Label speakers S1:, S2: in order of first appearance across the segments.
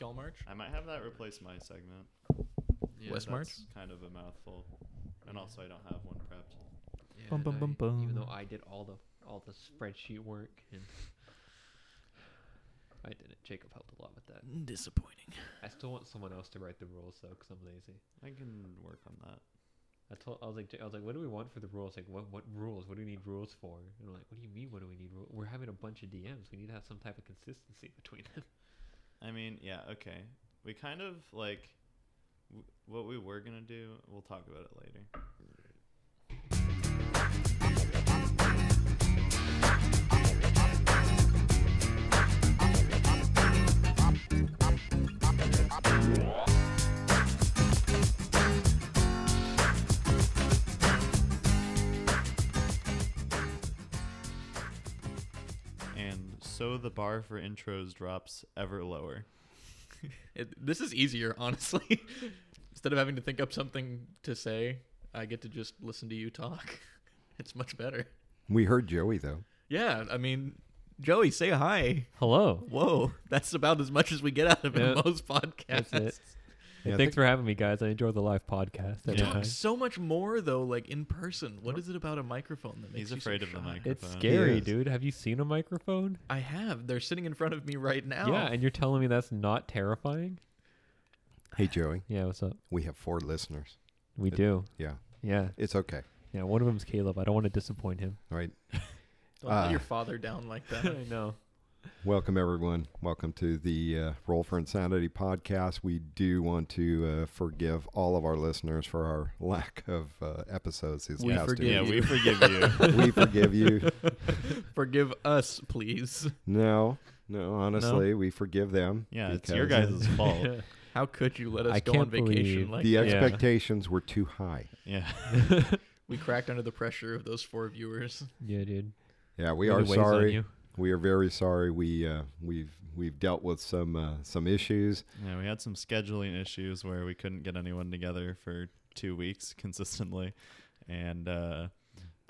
S1: Y'all March?
S2: I might have that replace my segment.
S3: Yeah,
S1: West March?
S2: That's kind of a mouthful, and also I don't have one prepped.
S3: yeah,
S1: Bum,
S3: and
S1: bum, bum,
S3: I- Even though
S1: bum.
S3: I did all the all the spreadsheet work and I didn't. Jacob helped a lot with that.
S1: Disappointing.
S3: I still want someone else to write the rules though, because I'm lazy.
S2: I can work on that.
S3: I told I was like I was like, what do we want for the rules? Like, what what rules? What do we need rules for? And I'm like, what do you mean? What do we need rules? We're having a bunch of DMs. We need to have some type of consistency between them.
S2: I mean, yeah, okay. We kind of like w- what we were gonna do. We'll talk about it later. And so the bar for intros drops ever lower.
S1: It, this is easier, honestly. Instead of having to think up something to say, I get to just listen to you talk. It's much better.
S4: We heard Joey though.
S1: Yeah, I mean, Joey, say hi.
S3: Hello.
S1: Whoa, that's about as much as we get out of
S3: Yeah.
S1: most podcasts.
S3: That's it.
S4: Yeah, I
S3: Thanks
S4: think-
S3: for having me, guys. I enjoy the live podcast every
S2: Yeah.
S3: time.
S1: Talk so much more though, like in person. What is it about a microphone that makes
S2: He's
S1: you so
S2: afraid of the
S1: shy?
S2: microphone.
S3: It's scary,
S4: is.
S3: dude. Have you seen a microphone?
S1: I have. They're sitting in front of me right now.
S3: Yeah, and you're telling me that's not terrifying?
S4: Hey Joey,
S3: Yeah, what's up?
S4: we have four listeners.
S3: We
S4: It-
S3: do.
S4: Yeah,
S3: Yeah,
S4: it's okay.
S3: yeah. One of them's Caleb. I don't want to disappoint him.
S4: All right.
S1: Don't let
S4: Ah.
S1: your father down like that.
S3: I know.
S4: Welcome everyone. Welcome to the uh, Roll for Insanity podcast. We do want to uh, forgive all of our listeners for our lack of uh, episodes these
S1: We
S4: past
S1: forgive
S2: yeah,
S4: two
S2: we
S1: you.
S2: forgive you.
S4: weeks. we forgive you.
S1: Forgive us, please.
S4: No, no. Honestly, we forgive them.
S2: Yeah, it's your
S4: because
S2: guys' fault.
S1: How could you let us
S3: I
S1: go on
S3: can't
S1: vacation
S3: believe
S1: like
S4: The
S3: Yeah.
S4: expectations were too high.
S2: Yeah.
S1: we cracked under the pressure of those four viewers?
S3: Yeah, dude.
S4: Yeah, we
S3: It
S4: are
S3: weighs on
S4: sorry.
S3: you.
S4: We are very sorry. We uh, we've we've dealt with some uh, some issues.
S2: Yeah, we had some scheduling issues where we couldn't get anyone together for two weeks consistently, and uh,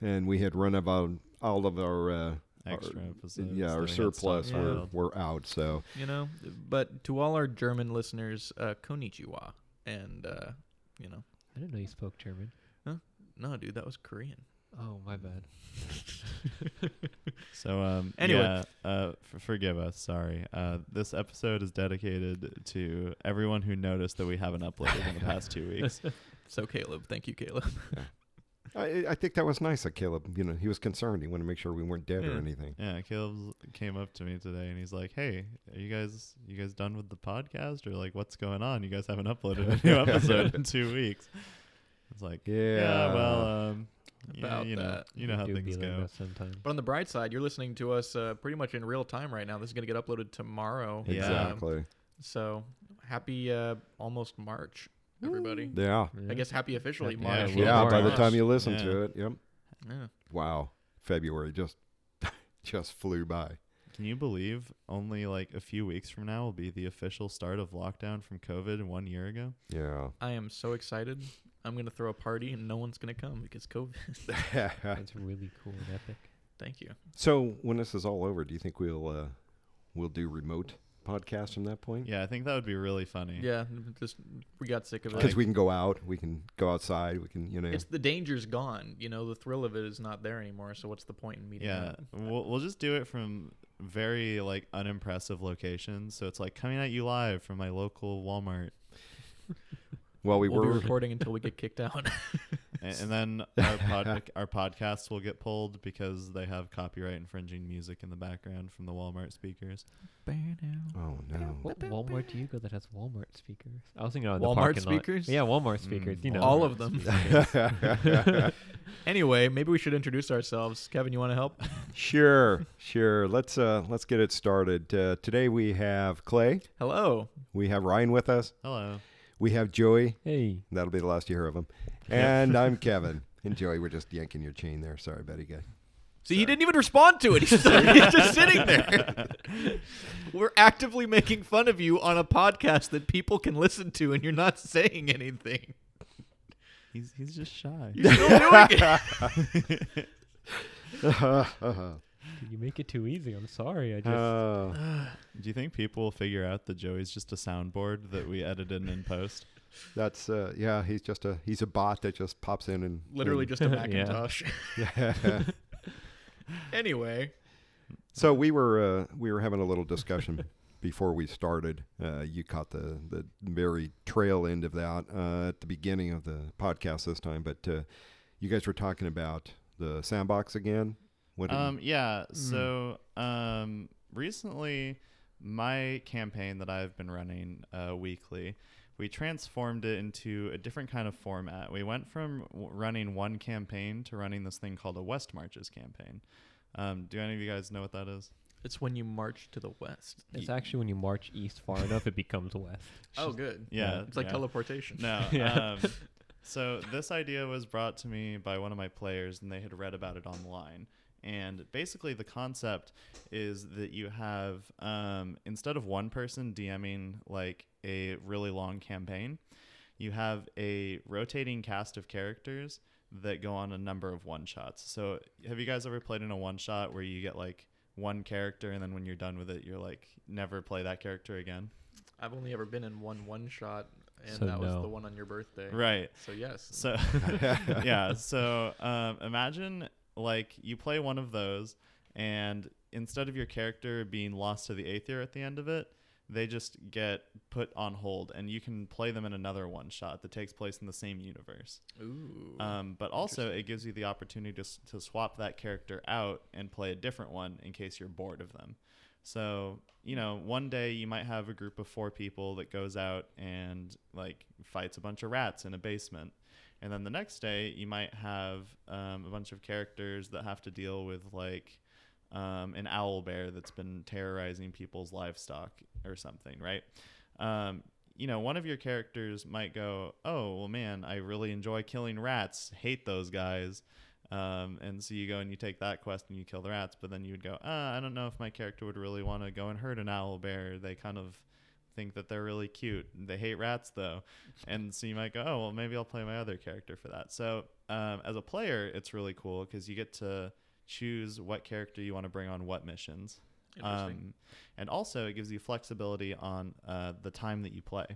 S4: and we had run about all of our uh,
S2: extra episodes.
S4: yeah
S2: that we
S4: our
S2: had
S4: surplus
S2: stockpiled.
S4: were, were out so
S1: You know, but to all our German listeners, uh, konnichiwa. And, uh, you know,
S3: I didn't know you spoke German.
S1: no, dude, that was Korean.
S3: Oh, my bad.
S2: So um,
S1: Anyway.
S2: yeah, uh, f- forgive us. Sorry. Uh, this episode is dedicated to everyone who noticed that we haven't uploaded in the past two weeks.
S1: So, Caleb, thank you, Caleb.
S4: I, I think that was nice of Caleb you know he was concerned he wanted to make sure we weren't dead
S1: Yeah.
S4: or anything
S2: Yeah, Caleb came up to me today and he's like, "Hey, are you guys you guys done with the podcast or like what's going on? You guys haven't uploaded a new episode in two weeks." It's like,
S4: yeah,
S2: yeah, well, um, yeah,
S1: About
S2: you know,
S1: that.
S2: you know how
S3: do be
S2: things
S3: like
S2: go.
S3: that sometimes.
S1: But on the bright side, you're listening to us uh, pretty much in real time right now. This is going to get uploaded tomorrow. Um,
S2: Yeah.
S4: exactly
S1: So, happy uh, almost March, everybody.
S4: yeah
S1: I guess happy officially
S3: Yeah,
S1: March.
S2: it
S4: yeah,
S2: will
S4: by the
S3: March.
S4: time you listen
S2: Yeah.
S4: to it yep
S1: Yeah.
S4: wow February just just flew by
S2: Can you believe only like a few weeks from now will be the official start of lockdown from COVID one year ago?
S4: yeah
S1: I am so excited. I'm going to throw a party and no one's going to come because COVID.
S3: That's really cool and epic.
S1: Thank you.
S4: so when this is all over do you think we'll uh, we'll do remote podcast from that point
S2: Yeah, I think that would be really funny.
S1: Yeah, n- just we got sick of it.
S4: because we can go out we can go outside we can you know
S1: it's the danger's gone. You know, the thrill of it is not there anymore. So what's the point in meeting?
S2: Yeah,
S1: up?
S2: we'll, we'll just do it from very like unimpressive locations. So it's like coming at you live from my local Walmart,
S4: well we
S1: we'll
S4: were
S1: be recording until we get kicked out.
S2: and, and then our pod- our podcasts will get pulled because they have copyright infringing music in the background from the Walmart speakers.
S4: Oh no!
S3: What Walmart do you go that has Walmart speakers? I was thinking on
S1: Walmart
S3: the parking lot.
S1: speakers?
S3: Yeah, Walmart speakers.
S2: Mm,
S3: you know,
S1: All of them. anyway, maybe we should introduce ourselves. Kevin, you want to help?
S4: sure, sure. Let's uh, let's get it started. Uh, today we have Clay,
S1: Hello.
S4: we have Ryan with us,
S2: Hello.
S4: we have Joey.
S3: Hey,
S4: That'll be the last you hear of him. And I'm Kevin. And Joey, we're just yanking your chain there. Sorry, buddy guy.
S1: See, he didn't even respond to it. He's just, he's just sitting there. We're actively making fun of you on a podcast that people can listen to, and you're not saying anything.
S2: He's he's just shy.
S1: You're still doing it.
S3: you make it too easy. I'm sorry. I just
S4: Uh,
S2: Do you think people will figure out that Joey's just a soundboard that we edited in in post?
S4: that's uh, yeah. He's just a he's a bot that just pops in and
S5: Literally just a
S2: Yeah.
S5: Macintosh.
S4: Yeah.
S5: anyway,
S4: so we were uh, we were having a little discussion before we started. Uh, you caught the the very trail end of that uh, at the beginning of the podcast this time, but uh, you guys were talking about the sandbox again. What did-
S2: Um, yeah.
S5: Hmm.
S2: So um, recently, my campaign that I've been running uh, weekly, we transformed it into a different kind of format. We went from w- running one campaign to running this thing called a West Marches campaign. Um, do any of you guys know what that is?
S5: it's when you march to the west.
S3: it's actually when you march east far enough, it becomes west.
S5: Oh, good.
S2: Yeah,
S5: It's like
S2: yeah.
S5: teleportation.
S2: No.
S3: Yeah.
S2: Um, so this idea was brought to me by one of my players, and they had read about it online. And basically, the concept is that you have um, instead of one person DMing like a really long campaign, you have a rotating cast of characters that go on a number of one shots. So, have you guys ever played in a one shot where you get like one character, and then when you're done with it, you're like never play that character again?
S5: I've only ever been in one one shot, and
S3: So
S5: that was
S3: no.
S5: the one on your birthday.
S2: Right.
S5: So yes.
S2: So yeah, so um, imagine like you play one of those, and instead of your character being lost to the aether at the end of it, they just get put on hold, and you can play them in another one shot that takes place in the same universe.
S5: Ooh.
S2: Um, but also, it gives you the opportunity to, s- to swap that character out and play a different one in case you're bored of them. So, you know, one day you might have a group of four people that goes out and like fights a bunch of rats in a basement. And then the next day you might have um, a bunch of characters that have to deal with like um, an owl bear that's been terrorizing people's livestock or something, right? Um, you know, one of your characters might go, "Oh, well, man, I really enjoy killing rats. Hate those guys." Um, and so you go and you take that quest and you kill the rats, but then you would go, ah, I don't know if my character would really want to go and hurt an owl bear. They kind of think that they're really cute. They hate rats though. And so you might go, oh, well, maybe I'll play my other character for that. So um, as a player, it's really cool because you get to choose what character you want to bring on what missions.
S5: Interesting.
S2: um, and also, it gives you flexibility on uh, the time that you play.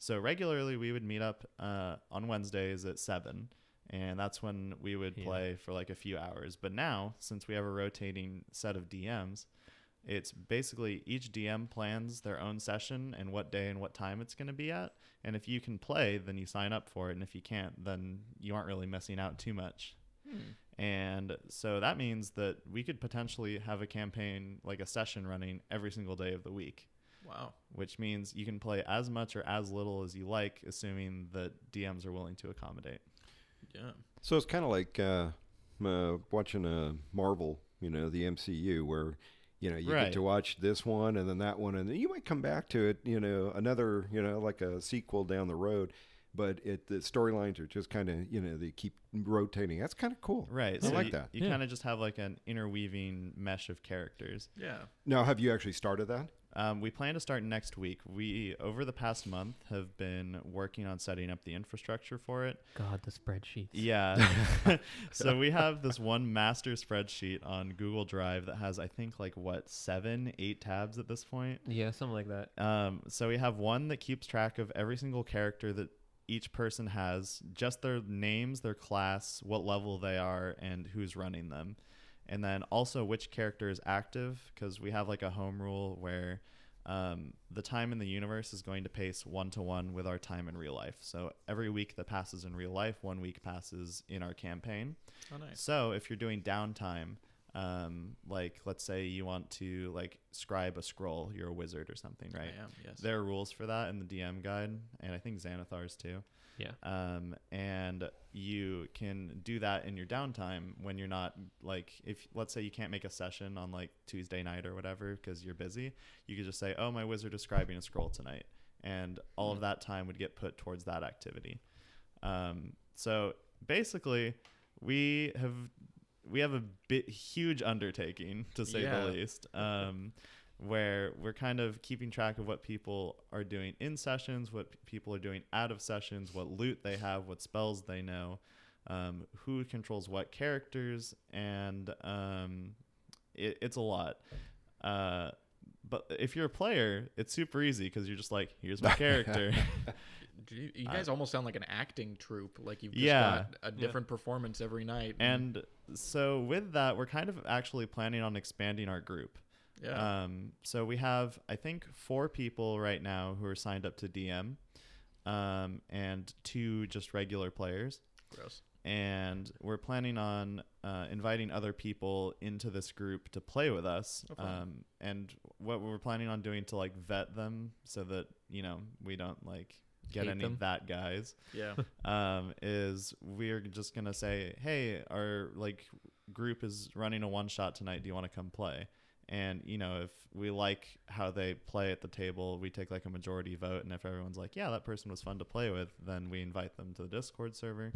S2: So regularly, we would meet up uh, on Wednesdays at 7 and that's when we would
S3: Yeah.
S2: play for like a few hours. But now, since we have a rotating set of DMs, it's basically each DM plans their own session and what day and what time it's going to be at. And if you can play, then you sign up for it. And if you can't, then you aren't really missing out too much. And so that means that we could potentially have a campaign, like a session running every single day of the week
S5: wow.
S2: which means you can play as much or as little as you like, assuming that DMs are willing to accommodate.
S5: Yeah.
S4: So it's kind of like uh, uh, watching a Marvel, you know, the MCU, where you know you
S2: Right.
S4: get to watch this one and then that one, and then you might come back to it, you know, another, you know, like a sequel down the road. But it the storylines are just kind of, you know, they keep rotating. That's kind of cool.
S2: Right.
S4: I
S2: so
S4: like
S2: you,
S4: that.
S2: You
S3: Yeah.
S2: kind of just have like an interweaving mesh of characters.
S5: Yeah.
S4: Now, have you actually started that?
S2: Um, we plan to start next week. We, over the past month, have been working on setting up the infrastructure for it.
S3: God, the spreadsheets.
S2: Yeah. so we have this one master spreadsheet on Google Drive that has, I think, like what, seven, eight tabs at this point?
S3: Yeah, something like that.
S2: Um, so we have one that keeps track of every single character that each person has, just their names, their class, what level they are, and who's running them. And then also which character is active, because we have like a home rule where um, the time in the universe is going to pace one to one with our time in real life. So every week that passes in real life, one week passes in our campaign.
S5: Oh, nice.
S2: So if you're doing downtime, um, like let's say you want to like scribe a scroll, you're a wizard or something, right?
S5: I am. Yes.
S2: There are rules for that in the DM guide, and I think Xanathar's too.
S3: Yeah.
S2: Um, and you can do that in your downtime when you're not like, if let's say you can't make a session on like Tuesday night or whatever because you're busy, you could just say, "Oh, my wizard is scribing a scroll tonight," and all of that time would get put towards that activity. Um, so basically, we have we have a bit huge undertaking to say
S5: Yeah.
S2: the least. Um, where we're kind of keeping track of what people are doing in sessions, what p- people are doing out of sessions, what loot they have, what spells they know, um, who controls what characters, and um, it, it's a lot. Uh, but if you're a player, it's super easy because you're just like, here's my character.
S1: Gee, You guys almost sound like an acting troupe. Like you've just
S2: Yeah.
S1: got a
S2: Yeah.
S1: different performance every night.
S2: and so with that, we're kind of actually planning on expanding our group.
S1: yeah,
S2: Um, so we have, I think, four people right now who are signed up to DM, um, and two just regular players.
S1: gross.
S2: And we're planning on uh, inviting other people into this group to play with us.
S1: Oh, fun.
S2: Um, and what we're planning on doing to like vet them so that you know we don't like get
S3: Hate
S2: any
S3: them.
S2: that guys
S1: Yeah,
S2: um, is we're just gonna say, hey, our like group is running a one shot tonight. Do you want to come play? And you know, if we like how they play at the table, we take like a majority vote, and if everyone's like, yeah, that person was fun to play with, then we invite them to the Discord server.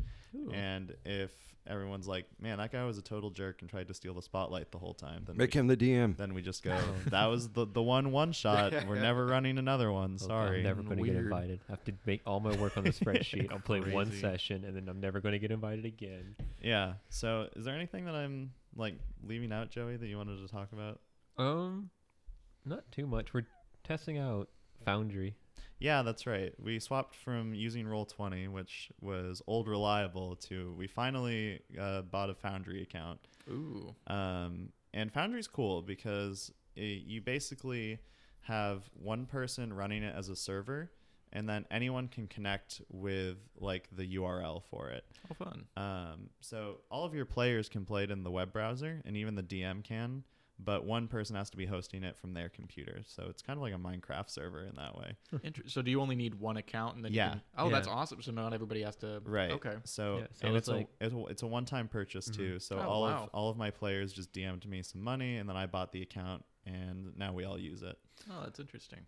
S2: And if everyone's like, man, that guy was a total jerk and tried to steal the spotlight the whole time, then
S4: Make
S2: we,
S4: him the DM.
S2: then we just go, that was the the one one shot. We're never running another one.
S3: Oh,
S2: Sorry.
S3: I'm never going to get
S1: Weird.
S3: invited. I have to make all my work on the spreadsheet. I'll play one
S2: Crazy.
S3: session, and then I'm never going to get invited again.
S2: Yeah. So, is there anything that I'm like leaving out, Joey, that you wanted to talk about?
S3: Um, not too much. We're testing out Foundry.
S2: Yeah, that's right. We swapped from using Roll Twenty, which was old reliable, to we finally uh, bought a Foundry account.
S1: ooh,
S2: Um, and Foundry's cool because it, you basically have one person running it as a server, and then anyone can connect with like the URL for it.
S1: how fun.
S2: Um, so all of your players can play it in the web browser, and even the DM can, but one person has to be hosting it from their computer. So it's kind of like a Minecraft server in that way.
S1: Inter- so do you only need one account and then
S2: Yeah.
S1: You can, oh,
S2: Yeah.
S1: that's awesome. So not everybody has to.
S2: Right.
S1: Okay.
S2: So,
S3: Yeah, so
S2: and it's,
S3: it's like-
S2: a, it's a it's a one time purchase too. So
S1: Oh,
S2: all
S1: wow.
S2: of all of my players just DM'd me some money, and then I bought the account, and now we all use it.
S1: Oh, that's interesting.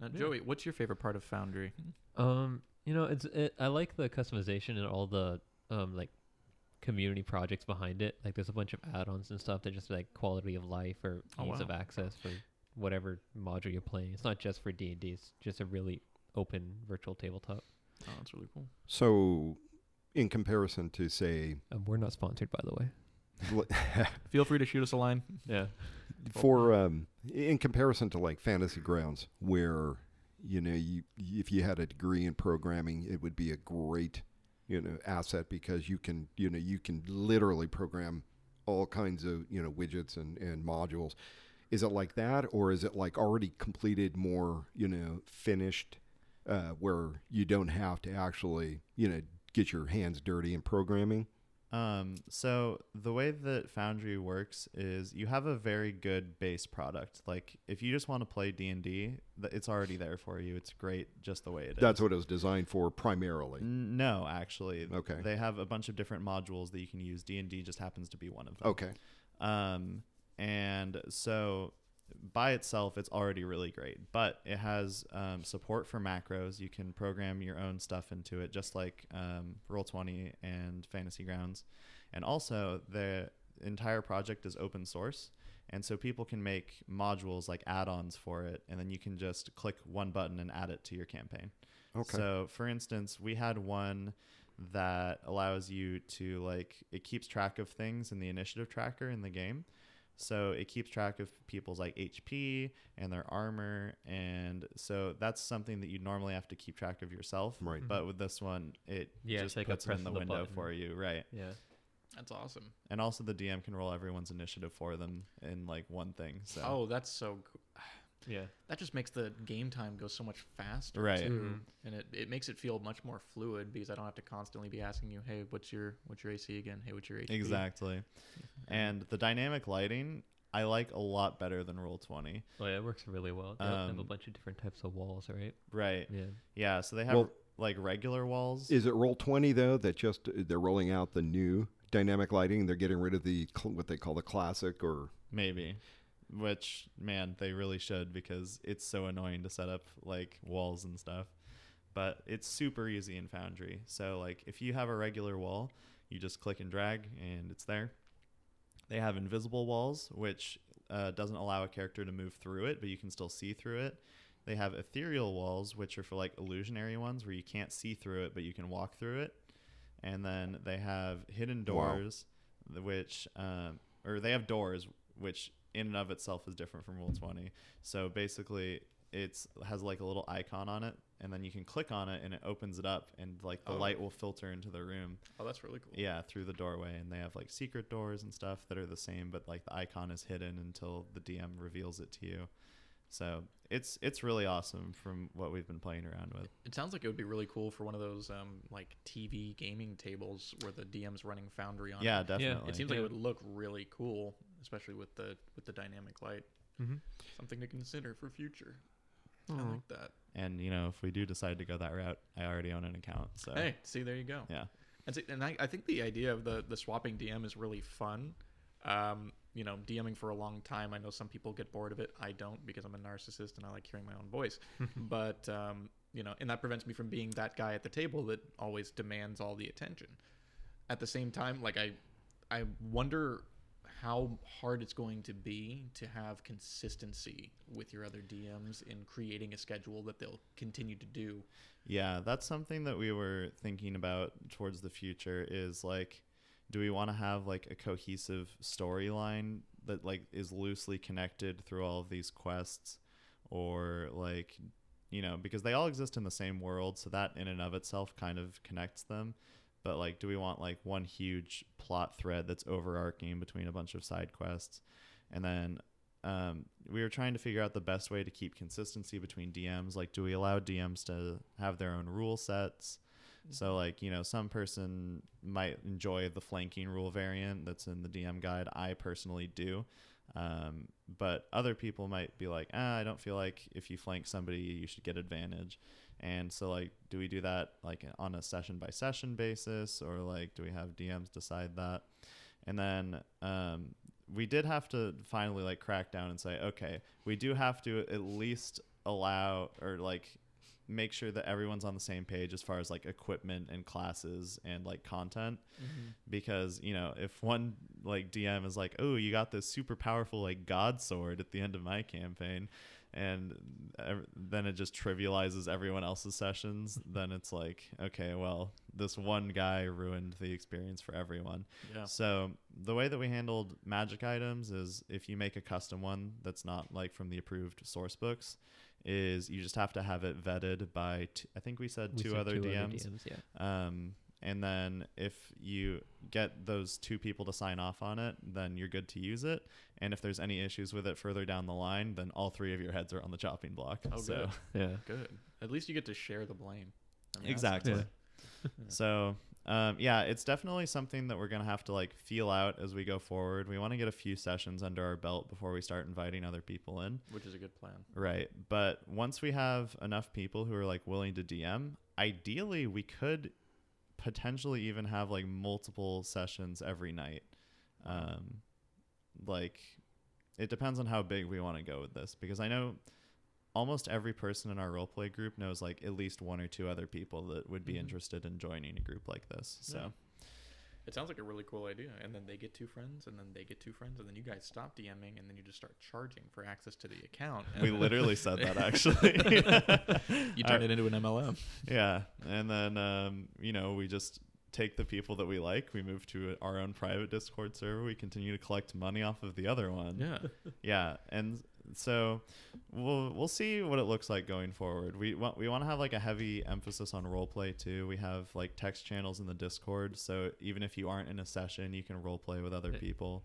S1: Now,
S3: Yeah.
S1: Joey, what's your favorite part of Foundry?
S2: Mm-hmm.
S3: Um, you know, it's it, I like the customization and all the um like community projects behind it. Like there's a bunch of add-ons and stuff that just like quality of life or
S1: Oh,
S3: ease
S1: wow.
S3: of access for whatever module you're playing. It's not just for D and D. It's just a really open virtual tabletop.
S1: Oh, that's really cool.
S4: So, in comparison to say,
S3: Um, we're not sponsored, by the way.
S4: l-
S1: Feel free to shoot us a line.
S3: Yeah.
S4: for um, in comparison to like Fantasy Grounds, where you know you if you had a degree in programming, it would be a great you know asset because you can you know you can literally program all kinds of you know widgets and, and modules. Is it like that, or is it like already completed, more you know finished, uh, where you don't have to actually you know get your hands dirty in programming?
S2: Um, so the way that Foundry works is you have a very good base product. Like if you just want to play D and D, it's already there for you. It's great just the way it is.
S4: That's what it was designed for primarily.
S2: N- No, actually.
S4: Okay.
S2: They have a bunch of different modules that you can use. D and D just happens to be one of them.
S4: Okay.
S2: Um, and so by itself, it's already really great, but it has um, support for macros. You can program your own stuff into it, just like um, Roll20 and Fantasy Grounds. And also, the entire project is open source. And so people can make modules like add ons for it, and then you can just click one button and add it to your campaign.
S4: Okay.
S2: So, for instance, we had one that allows you to like it keeps track of things in the initiative tracker in the game. So it keeps track of people's like HP and their armor, and so that's something that you normally have to keep track of yourself.
S4: Right.
S2: But with this one, it
S3: Yeah, it's
S2: just
S3: like a
S2: puts it
S3: press
S2: in
S3: of
S2: the,
S3: the
S2: window
S3: button.
S2: for you, right?
S3: Yeah.
S1: That's awesome.
S2: And also the DM can roll everyone's initiative for them in like one thing. So
S1: Oh, that's so. Cool.
S3: Yeah.
S1: That just makes the game time go so much faster,
S2: Right.
S1: Too. And it, it makes it feel much more fluid because I don't have to constantly be asking you, hey, what's your what's your AC again? Hey, what's your HP?
S2: exactly. And the dynamic lighting I like a lot better than Roll Twenty.
S3: Oh yeah, it works really well. They have a
S2: Um,
S3: bunch of different types of walls, right?
S2: Right.
S3: Yeah.
S2: Yeah, so they have
S4: Mm. Well-
S2: like regular walls.
S4: Is it roll twenty though that just uh, they're rolling out the new dynamic lighting? They're getting rid of the cl- what they call the classic or
S2: maybe. Which man, they really should because it's so annoying to set up like walls and stuff. But it's super easy in Foundry. So like if you have a regular wall, you just click and drag and it's there. They have invisible walls, which uh, doesn't allow a character to move through it, but you can still see through it. They have ethereal walls, which are for like illusionary ones where you can't see through it, but you can walk through it. And then they have hidden
S4: Wow.
S2: doors, th- which, um, or they have doors which in and of itself is different from Rule 20. So basically, it's has like a little icon on it, and then you can click on it, and it opens it up, and like the
S1: Oh.
S2: light will filter into the room.
S1: Oh, that's really cool.
S2: Yeah, through the doorway, and they have like secret doors and stuff that are the same, but like the icon is hidden until the DM reveals it to you. So it's it's really awesome from what we've been playing around with.
S1: It sounds like it would be really cool for one of those um, like TV gaming tables where the DM's running Foundry on.
S2: Yeah,
S1: it.
S2: definitely.
S1: It seems like it
S3: Yeah.
S1: would look really cool, especially with the with the dynamic light.
S3: Mhm.
S1: Something to consider for future. I like that.
S2: and you know, if we do decide to go that route, I already own an account. So
S1: Hey, see, there you go.
S2: yeah,
S1: And, see, and I, I think the idea of the, the swapping DM is really fun. Um, you know, DMing for a long time, I know some people get bored of it. I don't because I'm a narcissist and I like hearing my own voice. but, um, you know, and that prevents me from being that guy at the table that always demands all the attention. At the same time, like, I, I wonder how hard it's going to be to have consistency with your other DMs in creating a schedule that they'll continue to do.
S2: yeah, that's something that we were thinking about towards the future. Is like, do we want to have like a cohesive storyline that like is loosely connected through all of these quests, or like, you know, because they all exist in the same world, so that in and of itself kind of connects them. But like, do we want like one huge plot thread that's overarching between a bunch of side quests? And then um, we were trying to figure out the best way to keep consistency between DMs. Like, do we allow DMs to have their own rule sets? So, like, you know, some person might enjoy the flanking rule variant that's in the DM guide. I personally do. Um, but other people might be like, ah, I don't feel like if you flank somebody, you should get advantage. And so, like, do we do that like on a session by session basis, or like, do we have DMs decide that? And then um, we did have to finally like crack down and say, okay, we do have to at least allow or like make sure that everyone's on the same page as far as like equipment and classes and like content because you know if one like dm is like oh you got this super powerful like god sword at the end of my campaign and ev- then it just trivializes everyone else's sessions then it's like okay well this one guy ruined the experience for everyone
S1: Yeah.
S2: so the way that we handled magic items is if you make a custom one that's not like from the approved source books, is you just have to have it vetted by t- I think we said
S3: We
S2: two
S3: said
S2: other DMs.
S3: Yeah.
S2: Um, and then if you get those two people to sign off on it, then you're good to use it. And if there's any issues with it further down the line, then all three of your heads are on the chopping block.
S1: Oh,
S2: so
S1: good.
S3: Yeah.
S1: Good. At least you get to share the blame. I mean, that's-
S2: exactly.
S3: Yeah.
S2: So, um, yeah, it's definitely something that we're gonna have to like feel out as we go forward. We want to get a few sessions under our belt before we start inviting other people in,
S1: Which is a good plan.
S2: right? But once we have enough people who are like willing to DM, ideally we could potentially even have like multiple sessions every night. Um, like, it depends on how big we want to go with this because I know almost every person in our roleplay group knows like at least one or two other people that would be
S1: Mhm.
S2: interested in joining a group like this. So.
S1: Yeah. It sounds like a really cool idea. And then they get two friends, and then they get two friends, and then you guys stop DMing, and then you just start charging for access to the account. and
S2: We
S1: then
S2: literally said that actually.
S1: you turn
S2: Our-
S1: it into an MLM.
S2: Yeah, and then um, you know we just take the people that we like. We move to our own private Discord server. We continue to collect money off of the other one.
S1: Yeah.
S2: yeah, and so we'll we'll see what it looks like going forward. We want we want to have like a heavy emphasis on role play too. We have like text channels in the Discord, so even if you aren't in a session, you can role play with other
S3: Yeah.
S2: people.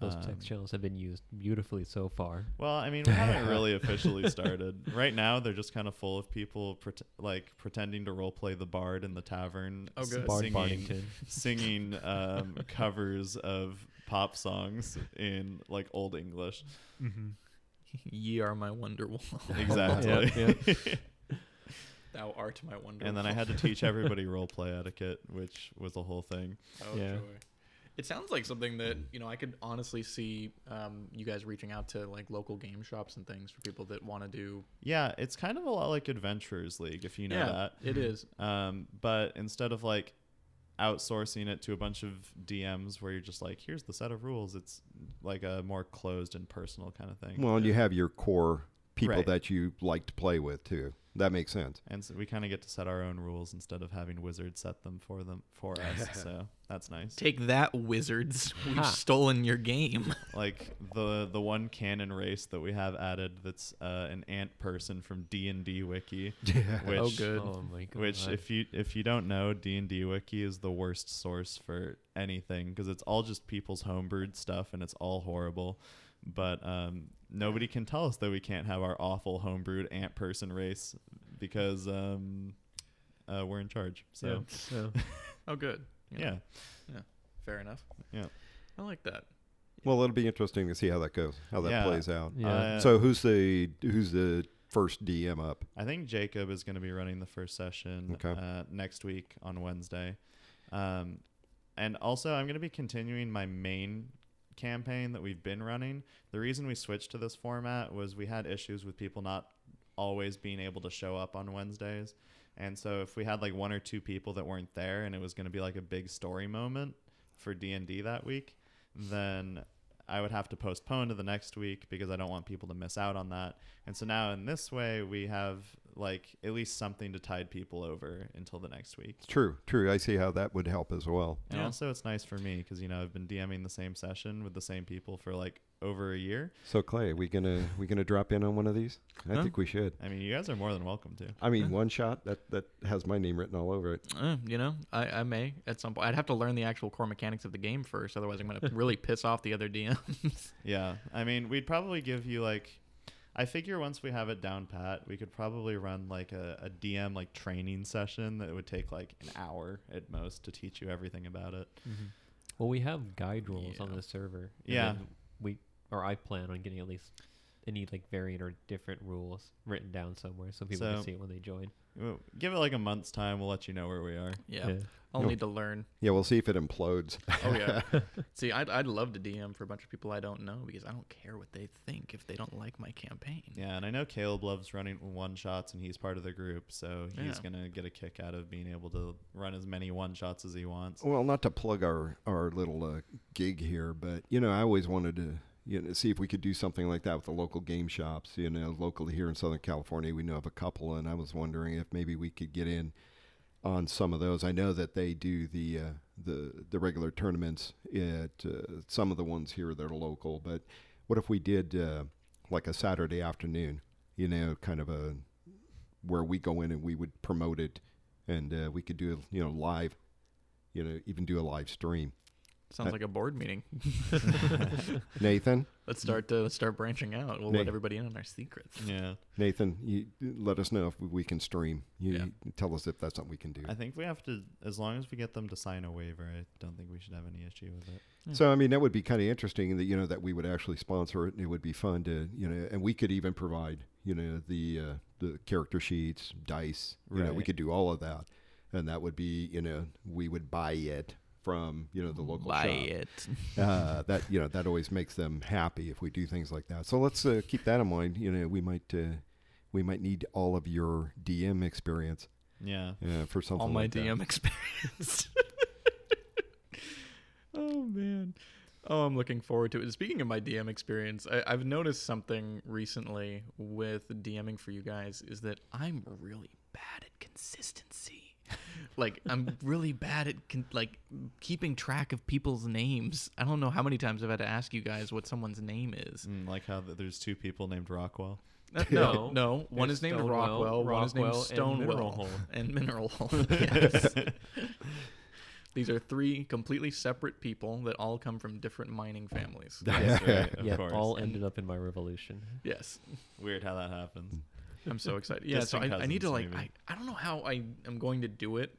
S3: Those
S2: Um,
S3: text channels have been used beautifully so far.
S2: well, I mean, we haven't really officially started. Right now, they're just kind of full of people pret- like pretending to roleplay the bard in the tavern,
S1: Oh,
S2: s-
S1: good.
S3: Bard
S2: Uh, singing,
S3: Barrington.
S2: singing um, covers of pop songs in like old English.
S1: Ye are my wonder wall.
S2: Exactly.
S3: Yeah,
S1: Thou art my wonder.
S2: and then I had to teach everybody roleplay etiquette, which was a whole thing.
S1: Oh,
S3: Yeah.
S1: joy. It sounds like something that you know I could honestly see um, you guys reaching out to like local game shops and things for people that want to do.
S2: Yeah, it's kind of a lot like Adventurers League, if you know
S1: yeah,
S2: that.
S1: it is.
S2: Um, but instead of like outsourcing it to a bunch of DMs where you're just like, here's the set of rules, it's like a more closed and personal kind of thing.
S4: Well, and you have your core people
S2: Right.
S4: that you like to play with too. That makes sense.
S2: and so we kind of get to set our own rules instead of having wizards set them for them for us. so that's nice.
S1: Take that, wizards. We've
S3: Ha.
S1: stolen your game.
S2: Like the the one canon race that we have added that's uh, an ant person from D and D Wiki. Which,
S1: Oh, good.
S3: Oh my god.
S2: Which, if you if you don't know, D and D Wiki is the worst source for anything because it's all just people's homebrewed stuff and it's all horrible. But um, nobody can tell us that we can't have our awful homebrewed ant person race because um, uh, we're in charge. So
S1: Oh, good.
S2: yeah,
S1: Fair enough.
S2: Yeah.
S1: I like that.
S4: Well, it'll be interesting to see how that goes, how that
S2: Yeah.
S4: plays out.
S3: Yeah.
S2: Uh,
S4: so who's the who's the first DM up?
S2: I think Jacob is going to be running the first session
S4: Okay.
S2: uh, next week on Wednesday. Um, and also, I'm going to be continuing my main campaign that we've been running. The reason we switched to this format was we had issues with people not always being able to show up on Wednesdays. And so if we had like one or two people that weren't there and it was going to be like a big story moment for D&D that week, then I would have to postpone to the next week because I don't want people to miss out on that. And so now in this way we have like at least something to tide people over until the next week.
S4: True, true. I see how that would help as well.
S2: And
S1: Yeah.
S2: also it's nice for me because you know I've been DMing the same session with the same people for like over a year.
S4: So Clay, we gonna we gonna drop in on one of these? I
S1: Huh?
S4: think we should.
S2: I mean, you guys are more than welcome to.
S4: I mean, one shot that that has my name written all over it.
S1: Uh, you know, I, I may at some point. I'd have to learn the actual core mechanics of the game first. Otherwise, I'm going to really piss off the other DMs.
S2: Yeah. I mean, we'd probably give you like I figure once we have it down pat, we could probably run like a, a DM like training session that would take like an hour at most to teach you everything about it.
S3: Well, we have guide rules on
S1: Yeah.
S3: the server. and
S2: Yeah.
S3: then We or I plan on getting at least any like variant or different rules written down somewhere so people
S2: So-
S3: can see it when they join.
S2: Well, Give it like a month's time, we'll let you know where we are.
S1: yeah. I'll
S4: Nope.
S1: need to learn.
S4: Yeah, we'll see if it implodes.
S1: Oh, yeah. See, I'd, I'd love to DM for a bunch of people I don't know because I don't care what they think if they don't like my campaign.
S2: Yeah, and I know Caleb loves running one shots and he's part of the group, so he's
S1: Yeah.
S2: gonna get a kick out of being able to run as many one shots as he wants.
S4: Well, not to plug our our little uh, gig here, but you know, I always wanted to you know, see if we could do something like that with the local game shops. You know, locally here in Southern California, we know of a couple, and I was wondering if maybe we could get in on some of those. I know that they do the uh, the the regular tournaments at uh, some of the ones here that are local, but what if we did uh, like a Saturday afternoon? You know, kind of a where we go in and we would promote it, and uh, we could do it, you know live you know, even do a live stream.
S1: Sounds
S4: Uh,
S1: like a board meeting.
S4: Nathan,
S1: Let's start uh, let's start branching out. We'll
S4: Nate.
S1: let everybody in on our secrets.
S2: Yeah.
S4: Nathan, you let us know if we can stream. You
S1: Yeah.
S4: tell us if that's something we can do.
S2: I think we have to as long as we get them to sign a waiver, I don't think we should have any issue with it.
S4: So I mean, that would be kind of interesting that you know that we would actually sponsor it, and it would be fun to you know, and we could even provide you know the uh, the character sheets, dice. You know, we
S2: Right.
S4: could do all of that, and that would be you know we would buy it from you know the local
S1: Buy
S4: shop.
S1: it.
S4: uh, that you know that always makes them happy if we do things like that. So let's uh, keep that in mind. You know, we might uh, we might need all of your DM experience
S2: Yeah.
S4: uh, for something.
S1: All my
S4: like that.
S1: DM experience. oh man. Oh, I'm looking forward to it. Speaking of my DM experience, I, I've noticed something recently with DMing for you guys is that I'm really bad at consistency. like I'm really bad at con- like keeping track of people's names. I don't know how many times I've had to ask you guys what someone's name is.
S2: Mm, like how th- there's two people named Rockwell.
S1: Uh, No, no. One
S3: There's
S1: is named
S3: Stonewell,
S1: Rockwell, one is named
S3: Rockwell, and Mineral
S1: Stonewell,
S3: Hole.
S1: and Mineral Hole. yes. These are three completely separate people that all come from different mining families.
S2: That's right, of
S3: Yet
S2: course.
S3: all ended up in my revolution.
S1: Yes,
S2: Weird how that happens.
S1: I'm so excited. Yeah, so I,
S2: Distant
S1: I need to
S2: cousins,
S1: like, I,
S2: maybe.
S1: I don't know how I am going to do it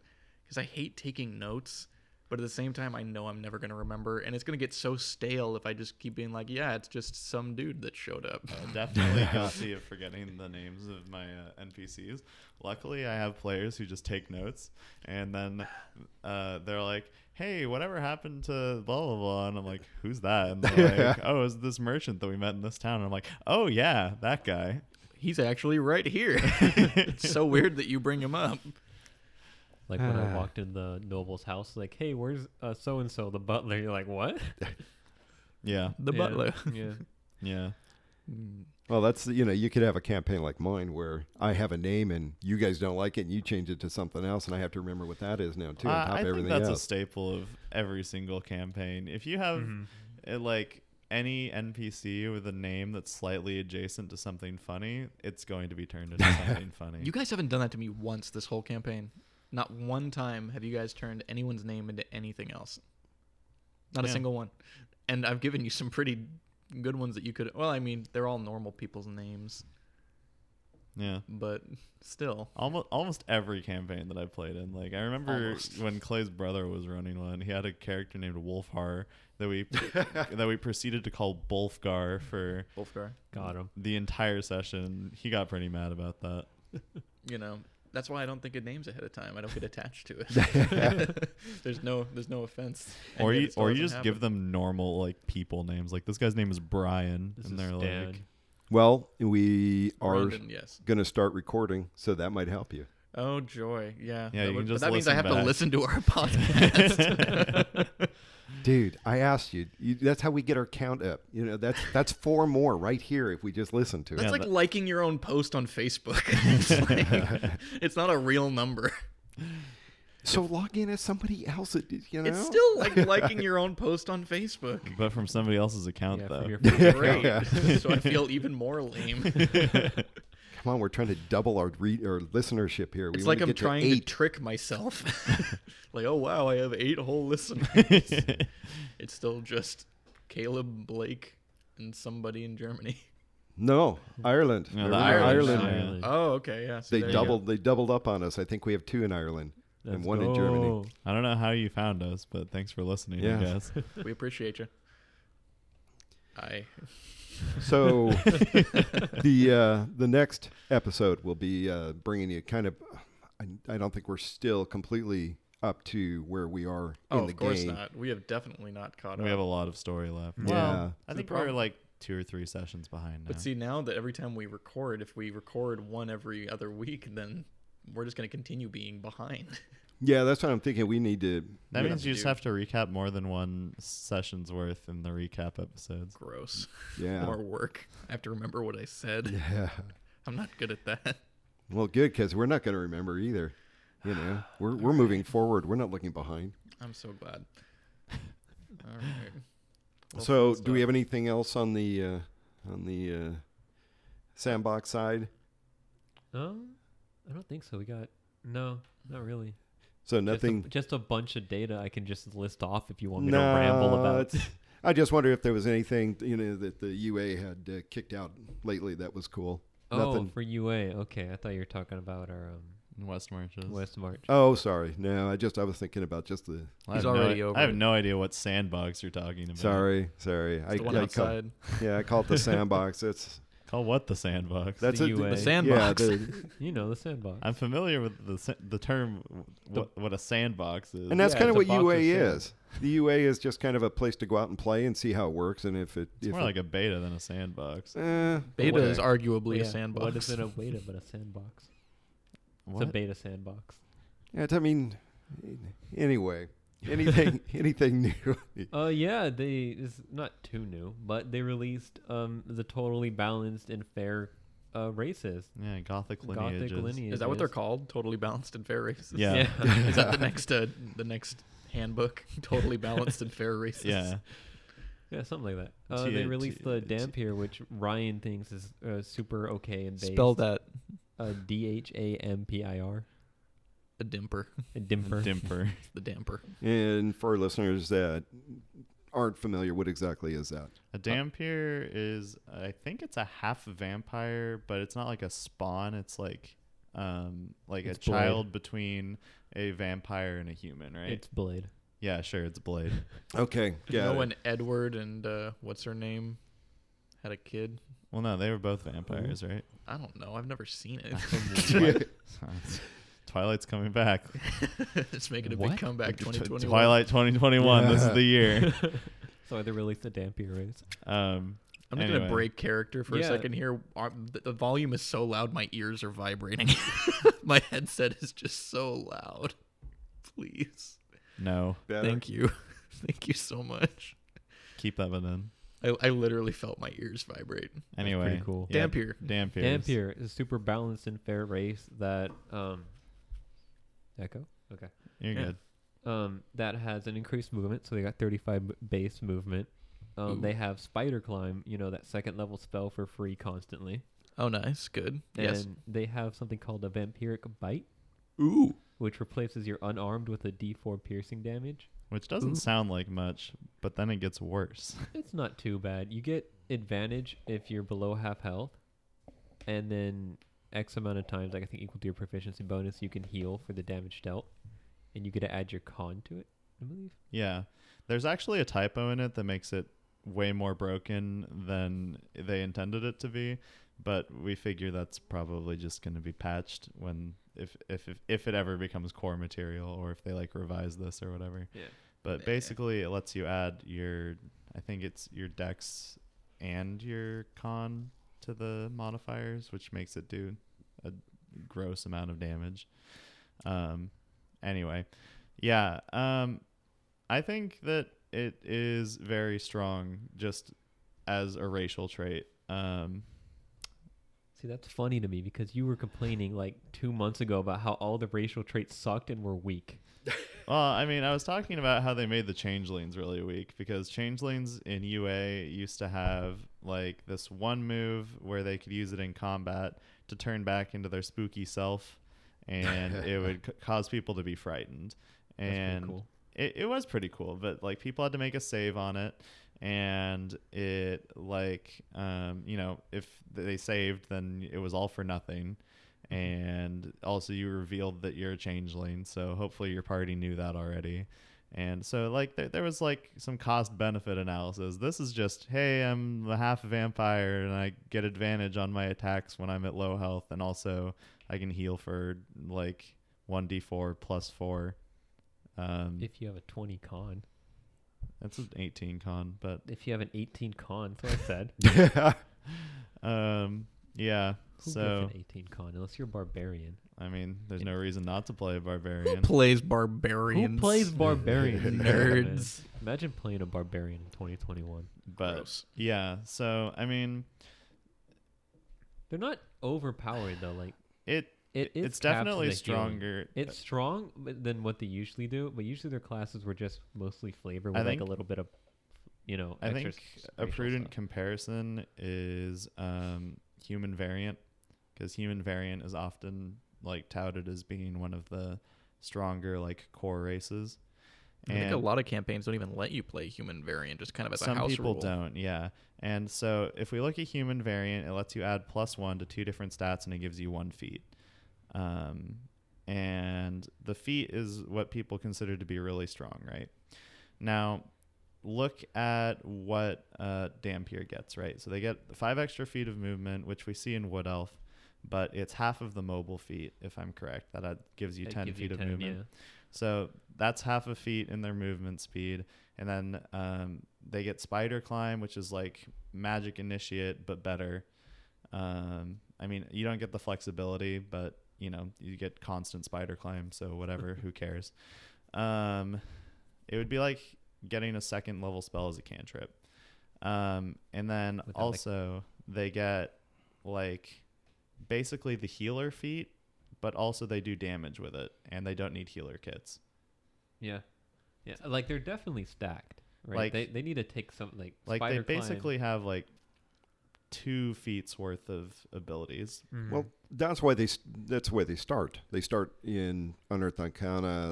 S1: because I hate taking notes, but at the same time, I know I'm never going to remember, and it's going to get so stale if I just keep being like, yeah, it's just some dude that showed up.
S2: Definitely guilty of forgetting the names of my uh, NPCs. Luckily, I have players who just take notes, and then uh, they're like, "Hey, whatever happened to blah blah blah?" And I'm like, "Who's that?" And they're like, "Oh, it's this merchant that we met in this town." And I'm like, "Oh yeah, that guy."
S1: He's actually right here. it's so weird that you bring him up.
S3: Like when I
S4: Ah.
S3: walked in the noble's house, like, hey, where's uh, so and so, the butler? You're like, what?
S2: Yeah,
S1: The
S3: Yeah,
S1: butler.
S3: Yeah.
S2: yeah.
S4: Well, that's you know you could have a campaign like mine where I have a name and you guys don't like it and you change it to something else and I have to remember what that is now too on
S2: I-
S4: top
S2: I
S4: of
S2: think
S4: everything
S2: that's a
S4: else.
S2: staple of every single campaign. If you have uh, like any NPC with a name that's slightly adjacent to something funny, it's going to be turned into something funny.
S1: You guys haven't done that to me once this whole campaign. Not one time have you guys turned anyone's name into anything else. Not a
S2: Yeah.
S1: single one. And I've given you some pretty good ones that you could. Well, I mean, they're all normal people's names,
S2: yeah.
S1: but still.
S2: Almost, almost every campaign that I played in, like I remember
S1: Almost.
S2: when Clay's brother was running one, he had a character named Wolfhar that we that we proceeded to call Bolfgar for
S1: Wolfgar.
S3: Got him.
S2: the entire session. He got pretty mad about that.
S1: You know, that's why I don't think of names ahead of time. I don't get attached to it. there's no, there's no offense. and
S2: or
S1: yet
S2: you,
S1: it still
S2: or you
S1: hasn't
S2: just give
S1: happened.
S2: them normal like people names. Like this guy's name is Brian,
S3: This
S2: and
S3: is
S2: they're
S3: Stan.
S2: like,
S4: well, we are
S1: Brandon, yes.
S4: going to start recording, so that might help you.
S1: Oh joy, yeah.
S2: Yeah,
S1: that
S2: you can
S1: but
S2: just
S1: that means I
S2: listen
S1: have to
S2: back.
S1: listen to our podcast.
S4: Dude, I asked you, you. That's how we get our count up. You know, that's that's four more right here if we just listen to it.
S1: That's
S2: Yeah,
S1: like
S2: that-
S1: liking your own post on Facebook. it's, like- it's not a real number.
S4: So log in as somebody else. it- You know,
S1: It's still like liking your own post on Facebook.
S2: but from somebody else's account
S3: Yeah,
S2: though.
S3: from your
S1: Great. so I feel even more lame.
S4: come on. We're trying to double our re- our listenership here. We
S1: It's
S4: wanna
S1: like I'm
S4: get to
S1: trying to
S4: eight.
S1: trick myself. like, oh wow, I have eight whole listeners. it's still just Caleb Blake and somebody in Germany.
S4: no, Ireland.
S2: No, the
S4: Remember
S2: Irish,
S4: Ireland.
S2: yeah.
S3: Ireland.
S1: Oh, okay, yeah. so
S4: They
S1: there you go.
S4: doubled. They doubled up on us. I think we have two in Ireland and
S3: Let's
S4: one in Germany.
S3: go.
S2: I don't know how you found us, but thanks for listening.
S4: Yeah.
S2: I guess.
S1: We appreciate you. I
S4: So the uh, the next episode will be uh, bringing you kind of. I, I don't think we're still completely up to where we are
S1: oh,
S4: in the
S1: of course
S4: game.
S1: not. We have definitely not caught
S2: we
S1: up.
S2: have a lot of story left.
S4: Yeah.
S2: Well, I
S1: The
S2: think we're
S1: problem-
S2: like two or three sessions behind now.
S1: But see, now that every time we record, if we record one every other week, then we're just going to continue being behind.
S4: Yeah, that's what I'm thinking. We need to.
S2: that
S1: we
S2: means
S1: have
S2: you
S1: to
S2: just
S1: do-
S2: have to recap more than one session's worth in the recap episodes.
S1: Gross.
S4: Yeah.
S1: More work. I have to remember what I said.
S4: Yeah.
S1: I'm not good at that.
S4: Well, good because we're not going to remember either. You know, we're we're moving forward. We're not looking behind.
S1: I'm so glad. All right. Well,
S4: so,
S1: fun
S4: do we
S1: stuff.
S4: have anything else on the uh, on the uh, sandbox side?
S3: Um, I don't think so. We got no, not really.
S4: So
S3: Just a-
S4: nothing.
S3: Just a, bunch of data I can just list off if you want me to ramble about.
S4: it's- I just wonder if there was anything you know that the UA had uh, kicked out lately that was cool.
S3: Oh,
S4: Nothing.
S3: for UA. Okay, I thought you were talking about our um,
S2: In West Marches.
S3: West March.
S4: Oh, sorry. No, I just I was thinking about just the.
S2: I
S1: He's
S2: have no
S1: already
S2: i-
S1: over
S2: I have
S1: it.
S2: no idea what sandbox you're talking about.
S4: Sorry, sorry. I,
S1: The one
S4: I Call,
S1: outside.
S4: yeah, I call it the sandbox. It's
S2: Call what the sandbox?
S4: that's
S3: The
S4: a,
S3: UA. The
S1: sandbox.
S4: Yeah, the-
S3: You know the sandbox.
S2: I'm familiar with the sa- the term w- what what a sandbox is.
S4: and that's
S3: Yeah,
S4: kind of
S3: it's a
S4: what
S3: box of
S4: UA
S3: sand.
S4: is. The UA is just kind of a place to go out and play and see how it works, and if it
S2: it's
S4: if
S2: more
S4: it-
S2: like a beta than a sandbox.
S4: eh,
S1: Beta
S4: okay.
S1: is arguably
S3: Yeah,
S1: a sandbox.
S3: What is it a beta but a sandbox? It's a
S2: What?
S3: beta sandbox.
S4: Yeah, I mean, anyway, anything anything new?
S3: Uh, yeah, they it's not too new, but they released um the totally balanced and fair uh races.
S2: Yeah, Gothic lineages.
S3: Gothic lineage.
S1: Is that what they're called? Totally balanced and fair races.
S2: Yeah.
S1: Is that the next uh, the next handbook? Totally balanced and fair races.
S2: Yeah.
S3: Yeah, something like that. Uh,
S2: T-
S3: they
S2: uh,
S3: released
S2: T-
S3: the
S2: uh, T-
S3: Dampier, which Ryan thinks is uh, super okay and based.
S1: Spell that
S3: Uh, D H A M P I R.
S1: a dimper.
S3: A dimper.
S2: Dimper.
S1: The damper.
S4: And for listeners that aren't familiar, what exactly is that?
S2: A Dampier is, I think it's a half vampire, but it's not like a spawn. It's like, um, like
S3: It's
S2: a
S3: Blade.
S2: child between a vampire and a human, right?
S3: It's Blade.
S2: yeah, sure, it's Blade.
S4: Okay,
S1: you
S4: yeah.
S1: know when Edward and uh, what's her name had a kid?
S2: well, no, they were both vampires, right?
S1: I don't know. I've never seen it.
S2: Twi- Twilight's coming back.
S1: it's making a
S3: What?
S1: big comeback.
S2: T-
S1: 2021.
S2: Twilight 2021. This is
S4: Yeah.
S2: the year.
S3: So they released the Dampier race.
S2: Um,
S1: I'm just
S2: Anyway.
S1: gonna break character for a
S3: Yeah.
S1: second here. Our- The, the volume is so loud, my ears are vibrating. my headset is just so loud. Please,
S2: no,
S4: Better.
S1: thank you, thank you so much.
S2: keep that one in.
S1: I, I literally felt my ears vibrate.
S2: Anyway,
S3: cool.
S2: Yeah,
S1: Dampier.
S2: Dampier. is-
S3: Dampier is a super balanced and fair race that um Echo? Okay.
S2: You're
S1: Yeah.
S2: good.
S3: Um that has an increased movement, so they got 35 b- base movement. Um, they have spider climb, you know, that second level spell for free constantly.
S1: Oh, nice. Good.
S3: And
S1: yes.
S3: they have something called a vampiric bite,
S1: Ooh.
S3: which replaces your unarmed with a d4 piercing damage.
S2: Which doesn't sound like much, but then it gets worse.
S3: It's not too bad. You get advantage if you're below half health, and then X amount of times, like I think equal to your proficiency bonus, you can heal for the damage dealt, and you get to add your con to it. I believe.
S2: yeah. There's actually a typo in it that makes it way more broken than they intended it to be, but we figure that's probably just going to be patched when if, if if if it ever becomes core material or if they like revise this or whatever.
S3: Yeah.
S2: But basically it lets you add your I think it's your dex and your con to the modifiers, which makes it do a gross amount of damage. Um anyway, yeah, um I think that it is very strong just as a racial trait. Um
S3: See, that's funny to me because you were complaining like two months ago about how all the racial traits sucked and were weak.
S2: Well, I mean, I was talking about how they made the changelings really weak because changelings in UA used to have like this one move where they could use it in combat to turn back into their spooky self, and it would c- cause people to be frightened.
S3: pretty
S2: And
S3: cool.
S2: it, it was pretty cool, but like people had to make a save on it, and it like um, you know if they saved, then it was all for nothing and also you revealed that you're a changeling so hopefully your party knew that already and so like there, there was like some cost benefit analysis this is just hey i'm the half vampire and i get advantage on my attacks when i'm at low health and also i can heal for like 1d4 plus 4 um
S3: If you have a 20 con,
S2: that's an 18 con but
S3: if you have an 18 con, so I said.
S2: um yeah
S3: Who
S2: so
S3: gets an 18 con unless you're barbarian?
S2: i mean there's no reason not to play a barbarian
S1: Plays barbarians.
S3: Who plays barbarian?
S1: Nerds.
S3: Imagine playing a barbarian in 2021.
S2: but
S1: Gross.
S2: yeah so i mean
S3: They're not overpowered though. Like
S2: it
S3: it is
S2: it's
S3: capped to
S2: definitely
S3: the healing.
S2: stronger.
S3: It's strong but- than what they usually do, but usually their classes were just mostly flavored
S2: I
S3: with like a
S2: think-
S3: little bit of, you know,
S2: I
S3: extra
S2: think
S3: s-
S2: a
S3: racial
S2: prudent
S3: stuff.
S2: comparison is um, human variant, because human variant is often like touted as being one of the stronger like core races.
S1: I think a lot of campaigns don't even let you play human variant, just kind of as
S2: some
S1: a house
S2: people
S1: rule.
S2: don't yeah and so if we look at human variant it lets you add plus one to two different stats and it gives you one feat um, and the feat is what people consider to be really strong right now look at what uh, dampier gets right so they get five extra feet of movement which we see in wood elf but it's half of the mobile feat if i'm correct that uh, gives you
S3: It
S2: 10
S3: gives
S2: feet of
S3: 10,
S2: movement so that's half a feet in their movement speed. And then um, they get spider climb, which is like magic initiate, but better. Um, I mean, you don't get the flexibility, but you know, you get constant spider climb. So whatever, who cares? Um, it would be like getting a second level spell as a cantrip. Um, and then
S3: Without, like-
S2: also they get like basically the healer feat, but also they do damage with it and they don't need healer kits.
S3: Yeah. yeah, yeah. Like they're definitely stacked, right?
S2: Like-
S3: they they need to take some like
S2: Like
S3: spider
S2: they
S3: climb.
S2: basically have like two feats worth of abilities.
S3: Mm.
S4: Well, that's why they s- that's why they start. They start in Unearthed Arcana.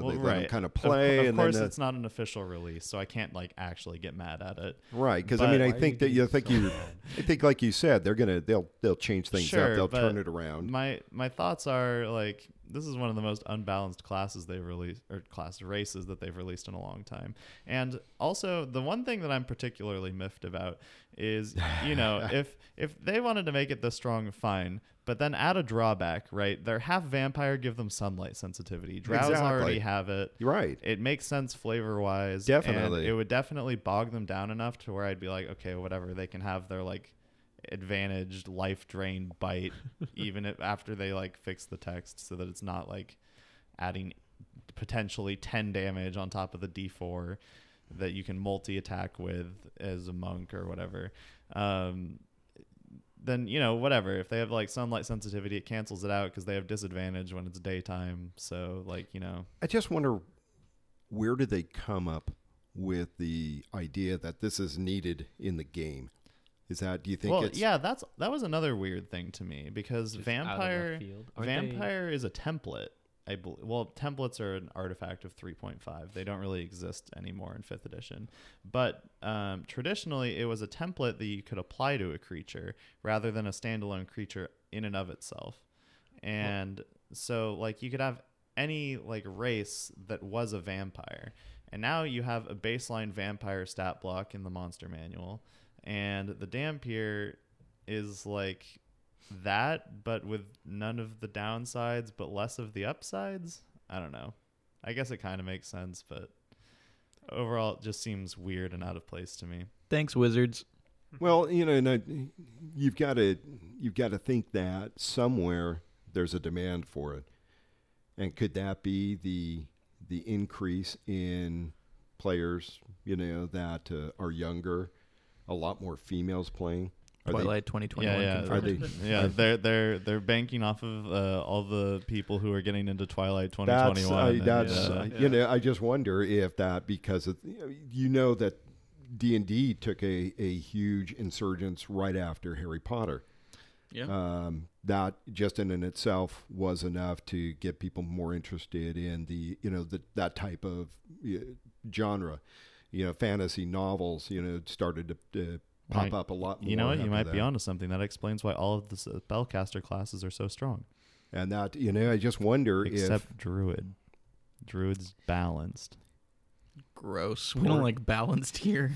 S2: Well,
S4: they let them
S2: right.
S4: kind of
S2: Of cou-
S4: play,
S2: Of,
S4: and
S2: course,
S4: then
S2: it's not an official release, so I can't like actually get mad at it.
S4: the, right. Because I mean,
S2: but-
S4: I
S3: Why are
S4: think
S3: you
S4: that you I
S3: being
S4: think
S3: so
S4: you,
S3: bad?
S4: I think like you said, they're gonna they'll they'll change things
S2: Sure,
S4: up. They'll
S2: but
S4: turn it around.
S2: My my thoughts are like this is one of the most unbalanced classes they've released or class races that they've released in a long time. And also the one thing that I'm particularly miffed about is you know if if they wanted to make it this strong, fine. But then add a drawback, right? They're half vampire, give them sunlight sensitivity. Drows
S4: Exactly.
S2: already have it.
S4: You're right.
S2: It makes sense flavor wise.
S4: Definitely.
S2: it would definitely bog them down enough to where I'd be like, okay, whatever. They can have their like advantaged life drain bite, even if, after they like fix the text so that it's not like adding potentially 10 damage on top of the d4 that you can multi attack with as a monk or whatever. Um, then you know whatever. If they have like sunlight sensitivity, it cancels it out because they have disadvantage when it's daytime. So like you know,
S4: I just wonder where did they come up with the idea that this is needed in the game? Is that do you think
S2: well
S4: it's
S2: yeah, that's that was another weird thing to me because
S3: Just out of left
S2: vampire
S3: field. Aren't they-
S2: vampire is a template. I bel well, templates are an artifact of 3.5. They don't really exist anymore in fifth edition. But um, traditionally, it was a template that you could apply to a creature rather than a standalone creature in and of itself. And so, like, you could have any like race that was a vampire, and now you have a baseline vampire stat block in the monster manual, and the dampier is like that, but with none of the downsides, but less of the upsides. I don't know. I guess it kind of makes sense, but overall, it just seems weird and out of place to me.
S5: Thanks, wizards.
S4: Well, you know, and I, you've got to you've got to think that somewhere there's a demand for it, and could that be the the increase in players, you know, that uh, are younger, a lot more females playing? Are they-
S5: Twilight 2021
S2: yeah,
S4: are
S5: confirmed.
S4: they?
S2: Yeah, they're they're they're banking off of uh, all the people who are getting into Twilight 2021. and,
S4: That's, I- that's
S2: uh,
S4: I- you know, I just wonder if that because of, you know that D and D took a, a huge insurgence right after Harry Potter.
S1: Yeah.
S2: uh,
S4: Um, that just in and itself was enough to get people more interested in the you know the, that type of uh, genre. You know, fantasy novels. You know, started to uh, pop
S2: Right.
S4: up a lot. more.
S2: you know what? You
S4: after
S2: might
S4: that.
S2: be onto something. That explains why all of the spellcaster classes are so strong,
S4: And that you know, I just wonder
S2: except druid. Druid's balanced.
S5: Gross.
S4: We don't Poor-
S5: like balanced here.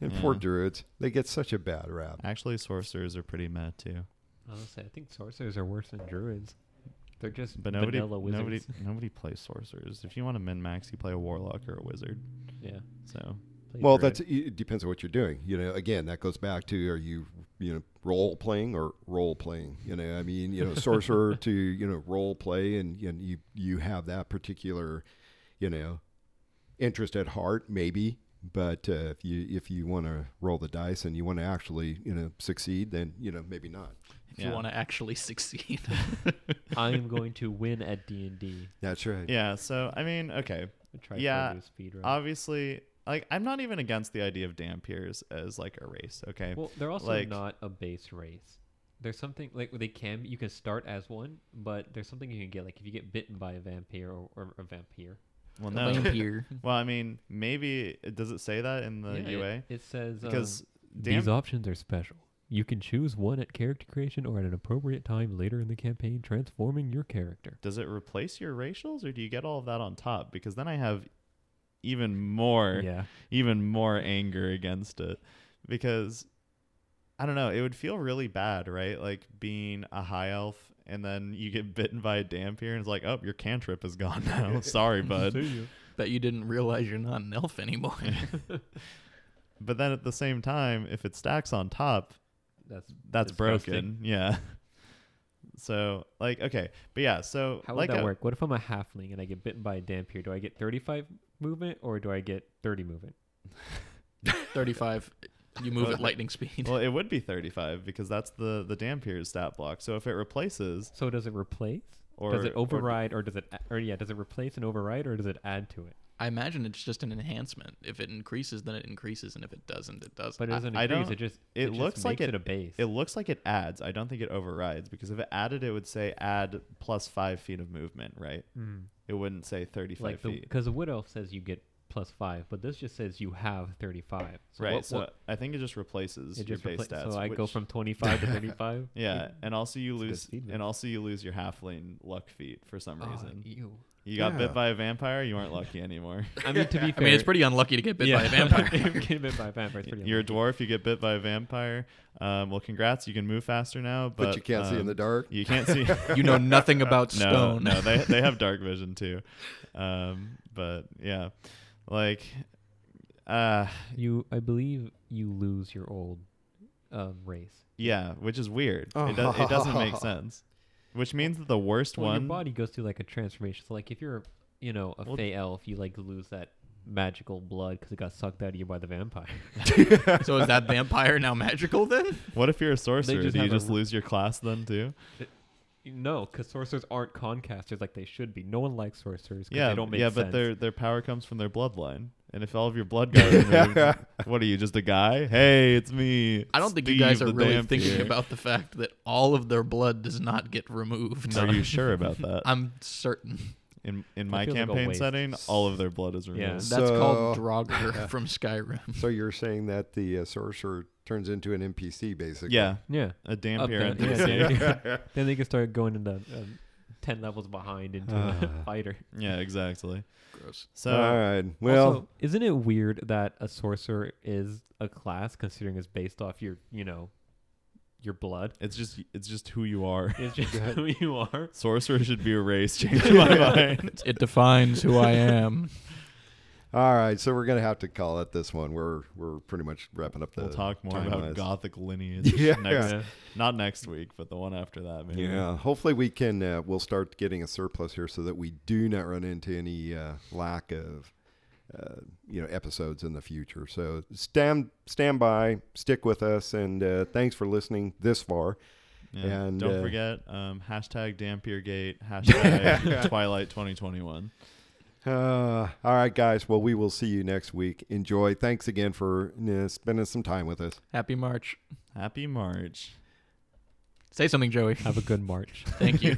S4: if and poor
S2: Yeah.
S4: druids they get such a bad rap.
S2: Actually, sorcerers are pretty mad too.
S3: Honestly, I think sorcerers are worse than druids. They're just
S2: But nobody,
S3: vanilla wizards.
S2: nobody, nobody plays sorcerers. If you want to min max, you play a warlock or a wizard.
S3: yeah.
S2: So
S3: play
S4: Well,
S3: druid.
S4: that's it depends on what you're doing. You know, again, that goes back to are you you know role playing or role playing? You know, I mean, you know, sorcerer to you know role play, and you know, you you have that particular you know interest at heart, maybe. But uh, if you if you want to roll the dice and you want to actually you know succeed, then you know maybe not.
S1: if
S2: yeah.
S1: you want to actually succeed.
S3: I am going to win at D and D.
S4: That's right.
S2: yeah. So I mean, okay.
S3: Try
S2: Yeah,
S3: to do a speed run.
S2: Obviously, like I'm not even against the idea of dampiers as like a race. Okay.
S3: well, they're also
S2: like-
S3: not a base race. There's something like they can you can start as one, but there's something you can get like if you get bitten by a vampire or, or a vampire.
S2: Well, no.
S5: Vampire.
S2: well, I mean, maybe does it say that in the
S3: Yeah, it-
S2: UA?
S3: It, says um,
S2: because
S3: These
S2: damp-
S3: options are special. You can choose one at character creation or at an appropriate time later in the campaign, transforming your character.
S2: does it replace your racials or do you get all of that on top? Because then I have even more.
S3: Yeah.
S2: even more anger against it because I don't know, it would feel really bad, right? Like being a high elf and then you get bitten by a dampier and it's like, oh, your cantrip is gone now. Sorry, bud.
S1: Bet you didn't realize you're not an elf anymore.
S2: But then at the same time, if it stacks on top,
S3: That's
S2: that's
S3: Disgusting.
S2: broken. Yeah. So like okay, but yeah, so
S3: how
S2: like
S3: would that
S2: a-
S3: work? What if I'm a halfling and I get bitten by a dampier? Do I get 35 movement or do I get 30 movement?
S1: 35, you move at lightning speed.
S2: Well, it would be thirty-five because that's the the dampier's stat block. So if it replaces
S3: So does it replace?
S2: or
S3: does it
S2: or-
S3: override or, does it a- or yeah, does it replace and override or does it add to it?
S1: I imagine it's just an enhancement. If it increases, then it increases, and if it doesn't, it doesn't.
S3: But it
S2: I-
S3: doesn't
S2: I
S3: increase,
S2: don't-
S3: it just
S2: it
S3: just
S2: looks like
S3: makes
S2: it-
S3: a base.
S2: It looks like it adds. I don't think it overrides because if it added, it would say add plus five feet of movement, right?
S3: Mm.
S2: It wouldn't say 35
S3: like the
S2: feet.
S3: because the wood elf says you get plus 5, but this just says you have 35. So
S2: right.
S3: what-
S2: so
S3: what-
S2: I think it just replaces
S3: it
S2: your
S3: just
S2: base
S3: replace-
S2: stats.
S3: so I go
S2: which-
S3: from 25 to 35.
S2: Yeah, and also you
S3: It's good
S2: lose,
S3: speed Ah,
S2: and
S3: boost.
S2: also you lose your halfling luck feet for some reason.
S3: ew.
S2: you got bit
S4: Yeah.
S2: by a vampire, you aren't lucky anymore.
S3: I mean, to be fair,
S1: I mean, it's pretty unlucky to get bit by a vampire.
S3: Getting bit by a vampire. is pretty
S2: You're a
S3: unlucky.
S2: dwarf, you get bit by a vampire. Um, well, congrats, you can move faster now, but,
S4: But, you can't see in
S2: um,
S4: the dark.
S2: You can't see.
S1: you know nothing about
S2: no,
S1: stone.
S2: no, they they have dark vision too. Um, but yeah, like, uh,
S3: You, I believe, you lose your old um, race.
S2: yeah, which is weird. It, does, it doesn't make sense. Which means that the worst
S3: Well,
S2: one.
S3: your body goes through like a transformation. So, like, if you're, you know, a
S2: Well-
S3: fey elf, you like lose that magical blood because it got sucked out of you by the vampire.
S1: so is that vampire now magical then?
S2: What if you're a sorcerer?
S3: just
S2: Do you
S3: have a
S2: just
S3: r-
S2: lose your class then too?
S3: no, because sorcerers aren't concasters like they should be. No one likes sorcerers. 'cause
S2: Yeah,
S3: they don't make
S2: yeah,
S3: sense.
S2: but their their power comes from their bloodline. And if all of your blood got removed, what are you, just a guy? Hey, it's me.
S1: I don't think you
S2: Steve
S1: guys are
S2: the
S1: really
S2: Dampier.
S1: thinking about the fact that all of their blood does not get removed.
S2: Are you sure about that?
S1: I'm certain.
S2: In in
S3: That
S2: my
S3: feels like a
S2: campaign
S3: waste.
S2: setting, all of their blood is removed.
S3: Yeah.
S1: That's
S4: So-
S1: called Draugr from Skyrim.
S4: So you're saying that the uh, sorcerer turns into an NPC basically?
S2: Yeah,
S3: yeah.
S2: a damn
S3: Up there,
S2: parent.
S3: yeah,
S2: Yeah,
S3: there. then they can start going in the um, ten levels behind into a
S4: Uh.
S3: fighter.
S2: exactly.
S1: Gross.
S2: So
S4: All right. Well,
S3: also, isn't it weird that a sorcerer is a class considering it's based off your, you know, your blood?
S2: it's just it's just who you are.
S3: It's just who you are.
S2: Sorcerer should be a race. Change my mind.
S1: It defines who I am.
S4: all right. So we're gonna have to call it this one. We're we're pretty much wrapping up the.
S2: We'll talk more about
S4: time-wise.
S2: gothic lineage
S4: Yeah.
S2: next,
S3: Yeah.
S2: not next week, but the one after that. Maybe.
S4: Yeah. Hopefully we can. Uh, we'll start getting a surplus here so that we do not run into any uh, lack of. Uh, you know episodes in the future so stand stand by stick with us and uh, thanks for listening this far
S2: Yeah.
S4: And,
S2: don't
S4: uh,
S2: forget um, hashtag Dampiergate, hashtag Twilight 2021.
S4: Uh, all right, guys. Well, we will see you next week. Enjoy. Thanks again for uh, spending some time with us.
S1: Happy March.
S2: Happy March.
S1: Say something, Joey.
S2: Uh,
S3: Have a good March.
S1: Thank you.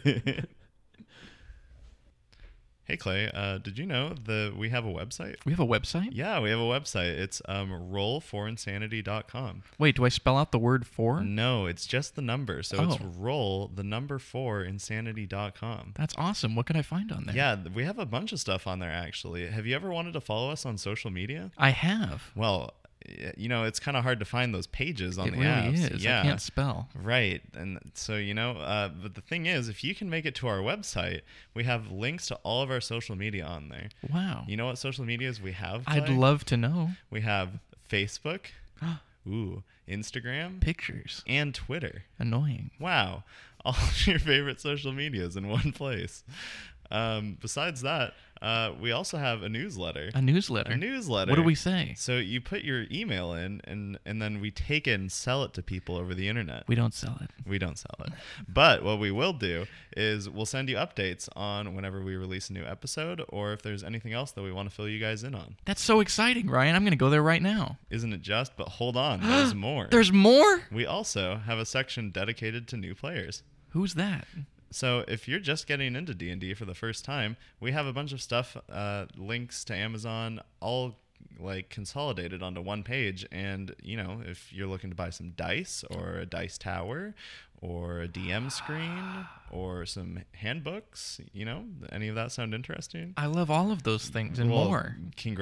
S2: Hey Clay, uh, did you know that we have a website?
S1: We have a website?
S2: Yeah, we have a website. It's um, rollforinsanity.com.
S1: Wait, do I spell out the word for?
S2: No, it's just the number. So it's
S1: Oh.
S2: roll the number four insanity.com.
S1: That's awesome. What can I find on there?
S2: Yeah, th- we have a bunch of stuff on there actually. Have you ever wanted to follow us on social media?
S1: I have.
S2: Well, y- you know, it's kind of hard to find those pages on
S1: it
S2: the
S1: really
S2: apps.
S1: is.
S2: Yeah.
S1: I can't spell.
S2: Right. And so, you know, uh, but the thing is, if you can make it to our website, we have links to all of our social media on there.
S1: Wow.
S2: You know what social medias we have?
S1: I'd
S2: Clay?
S1: love to know
S2: We have Facebook, ooh, Instagram,
S1: pictures.
S2: and Twitter.
S1: Annoying.
S2: Wow. All of your favorite social medias in one place. Um, besides that, uh, we also have a newsletter.
S1: A newsletter.
S2: A newsletter.
S1: What do we say?
S2: So you put your email in, and, and then we take it and sell it to people over the internet.
S1: We don't sell it.
S2: We don't sell it. But what we will do is we'll send you updates on whenever we release a new episode or if there's anything else that we want to fill you guys in on.
S1: That's so exciting, Ryan. I'm going to go there right now.
S2: Isn't it just? But hold on, there's more.
S1: There's more?
S2: we also have a section dedicated to new players.
S1: Who's that?
S2: So if you're just getting into D&D for the first time, we have a bunch of stuff uh, links to Amazon all like consolidated onto one page and you know, if you're looking to buy some dice or a dice tower or a DM screen or some handbooks, you know, any of that sound interesting?
S1: I love all of those things and
S2: Well,
S1: more.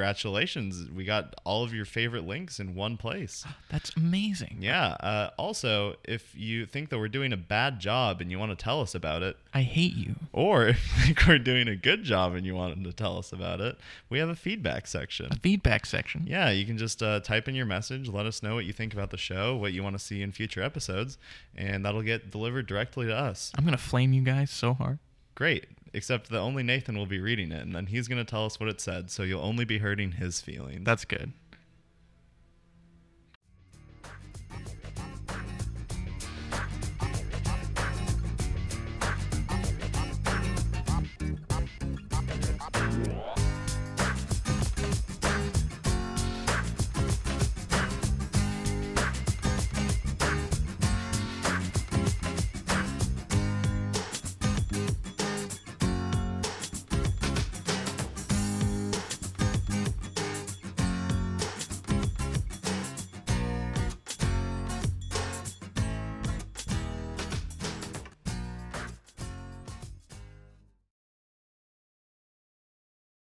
S2: Congratulations. We got all of your favorite links in one place.
S1: That's amazing.
S2: Yeah. Uh, also, if you think that we're doing a bad job and you want to tell us about it,
S1: I hate you.
S2: or if you think we're doing a good job and you wanted to tell us about it, we have a feedback section.
S1: A feedback section.
S2: Yeah, you can just uh, type in your message, let us know what you think about the show, what you want to see in future episodes, and that'll get delivered directly to us.
S1: I'm going to flame you guys so hard.
S2: Great. Except that only Nathan will be reading it, and then he's going to tell us what it said, so you'll only be hurting his feelings.
S1: That's good.